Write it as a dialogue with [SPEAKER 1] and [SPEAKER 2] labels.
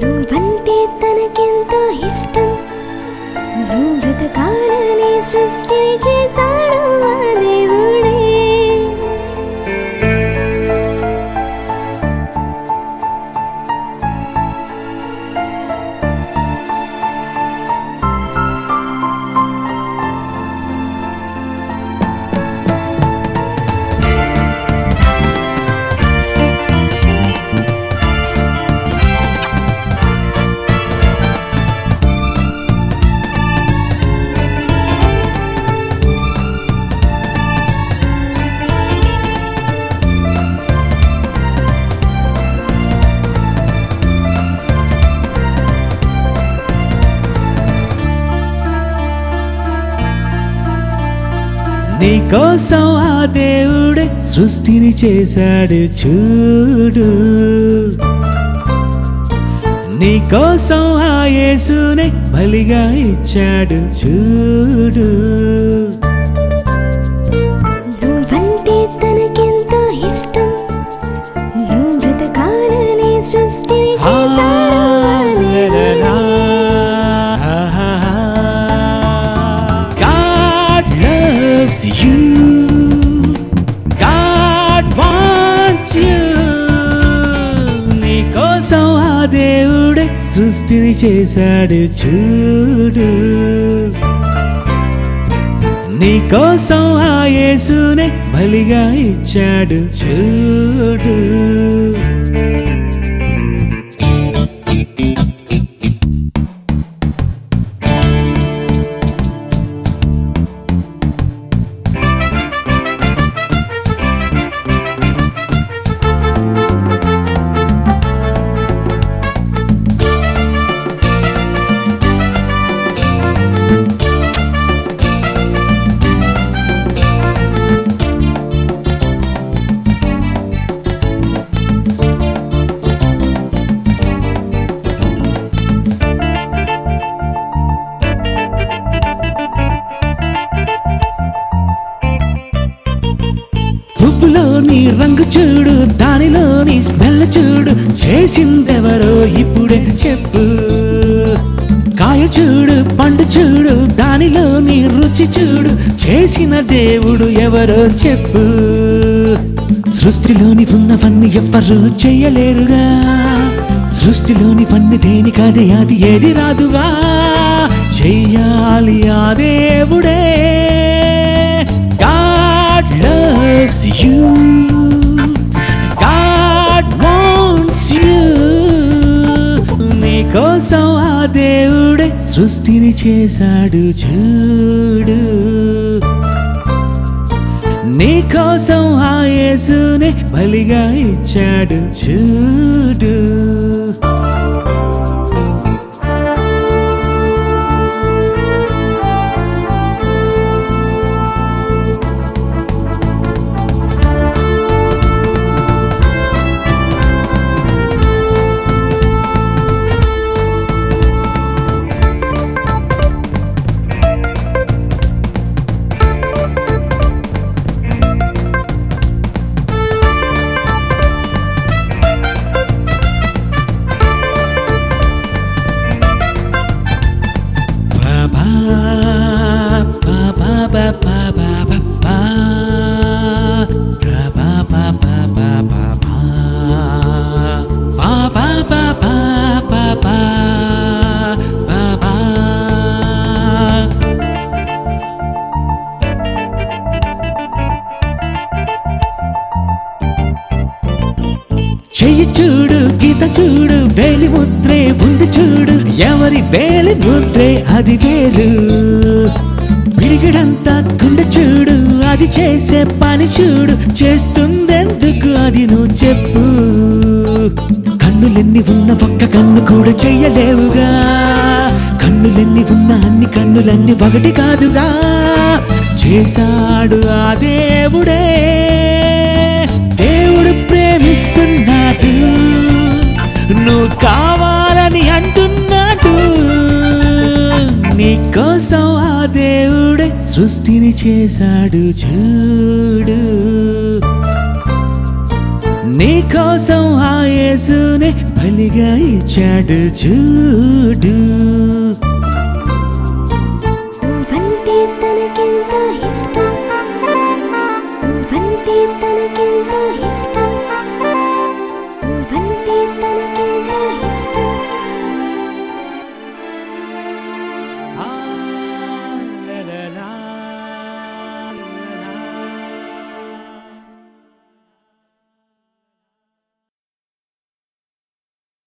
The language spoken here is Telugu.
[SPEAKER 1] నువ్వంటే తనకెంతో ఇష్టం నువ్వు బ్రతకాలని సృష్టిని చేశాడు ఆ దేవుడే
[SPEAKER 2] నీ కోసం ఆ దేవుడే సృష్టిని చేశాడు చూడు నీ కోసం ఆ యేసునే బలిగా ఇచ్చాడు చూడు
[SPEAKER 1] నువ్వంటే తనకెంతో ఇష్టం నువ్వు బ్రతకాలని సృష్టిని
[SPEAKER 2] ఆ,
[SPEAKER 1] చేశాడు ఆ దేవుడే
[SPEAKER 2] లలలా. God loves you. God wants you. నీ కోసం ఆ దేవుడే సృష్టిని చేశాడు చూడు నీ కోసం ఆ యేసునే బలిగా ఇచ్చాడు చూడు పువ్వులోని రంగు చూడు దానిలోని స్మెల్ చూడు చేసిందెవరో ఇప్పుడే చెప్పు కాయ చూడు పండు చూడు దానిలోని రుచి చూడు చేసిన దేవుడు ఎవరో చెప్పు సృష్టిలోని ఉన్నవన్నీ ఎవ్వరూ చేయలేరుగా సృష్టిలోని పన్ని దేని కాదే అది ఏది రాదుగా చెయ్యాలి ఆ దేవుడే God loves you. God wants you. నీకోసం ఆ దేవుడే సృష్టిని చేశాడు చూడు నీకోసం ఆ యేసునే బలిగా ఇచ్చాడు చూడు చెయ్యి చూడు గీత చూడు వేలి ముద్రే ఉంది చూడు ఎవరి వేలి ముద్రే అది వేలు విరిగడంతా గుండె చూడు అది చేసే పని చూడు చేస్తుందెందుకు అది నువ్వు చెప్పు కన్నులెన్ని ఉన్న ఒక్క కన్ను కూడా చెయ్యలేవుగా కన్నులెన్ని ఉన్న అన్ని కన్నులన్నీ ఒకటి కాదుగా చేశాడు ఆ దేవుడే దేవుడు ప్రేమిస్తున్నాడు నువ్వు కావాలని అంటున్నాడు నీ కోసం ఆ దేవుడే సృష్టిని చేశాడు చూడు నీ కోసం ఆ యేసునే బలిగా ఇచ్చాడు చూడు
[SPEAKER 1] నువ్వంటే తనకెంతో ఇష్టం నువ్వంటే